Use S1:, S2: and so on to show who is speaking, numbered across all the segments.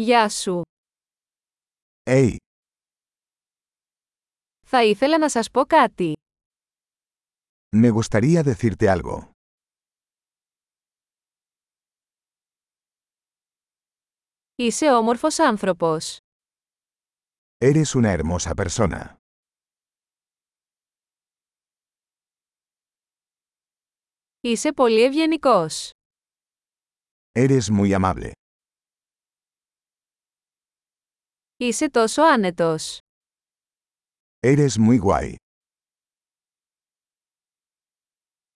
S1: Γεια σου.
S2: Hey,
S1: Θα ήθελα να σας πω κάτι.
S2: me gustaría decirte algo.
S1: Είσαι όμορφος άνθρωπος.
S2: Eres una hermosa persona.
S1: Είσαι πολύ ευγενικός.
S2: Eres muy amable.
S1: Είσαι τόσο άνετος.
S2: Eres muy guay.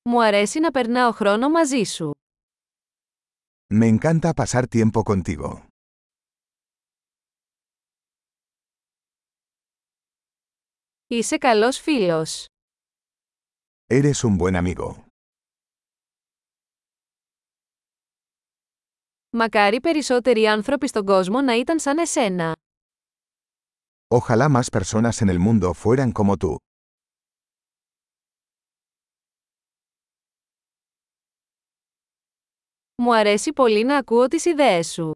S1: Μου αρέσει να περνάω χρόνο μαζί σου.
S2: Me encanta pasar tiempo contigo.
S1: Είσαι καλός φίλος.
S2: Eres un buen amigo.
S1: Μακάρι περισσότεροι άνθρωποι στον κόσμο να ήταν σαν εσένα.
S2: Ojalá más personas en el mundo fueran como tú.
S1: Μου αρέσει πολύ να ακούω τις ιδέες σου.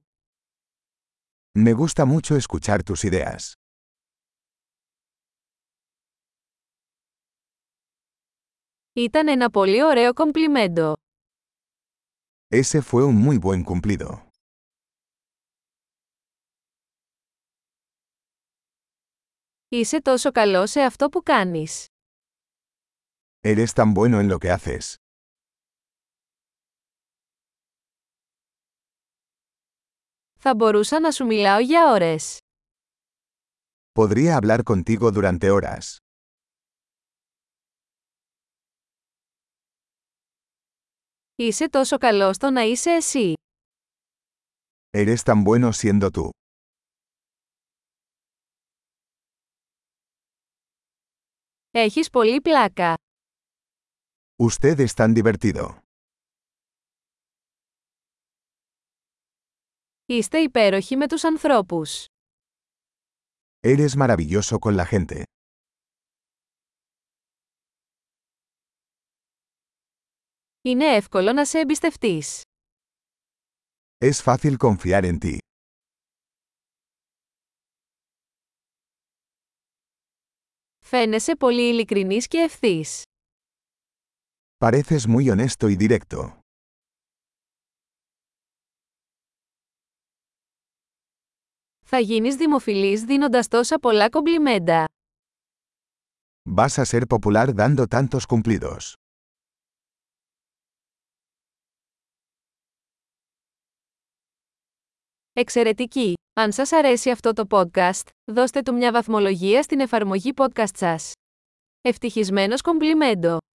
S2: Me gusta mucho escuchar tus ideas.
S1: Ήταν ένα πολύ ωραίο κομπλιμέντο.
S2: Ese fue un muy buen cumplido.
S1: Είσαι τόσο καλό σε αυτό που κάνεις.
S2: Eres tan bueno en lo que haces.
S1: Θα μπορούσα να σου μιλάω για ώρες.
S2: Podría hablar contigo durante horas.
S1: Είσαι τόσο καλός στο να είσαι εσύ.
S2: Eres tan bueno siendo tú.
S1: Έχεις πολύ πλάκα.
S2: Usted es tan divertido.
S1: Είστε υπέροχοι με τους ανθρώπους.
S2: Eres maravilloso con la gente.
S1: Είναι εύκολο να σε εμπιστευτείς.
S2: Es fácil confiar en ti.
S1: Φαίνεσαι πολύ ειλικρινής και ευθύς.
S2: Pareces muy honesto y directo.
S1: Θα γίνεις δημοφιλής δίνοντας τόσα πολλά κομπλιμέντα.
S2: Vas a ser popular dando tantos cumplidos.
S1: Εξαιρετική! Αν σας αρέσει αυτό το podcast, δώστε του μια βαθμολογία στην εφαρμογή podcast σας. Ευτυχισμένος κομπλιμέντο!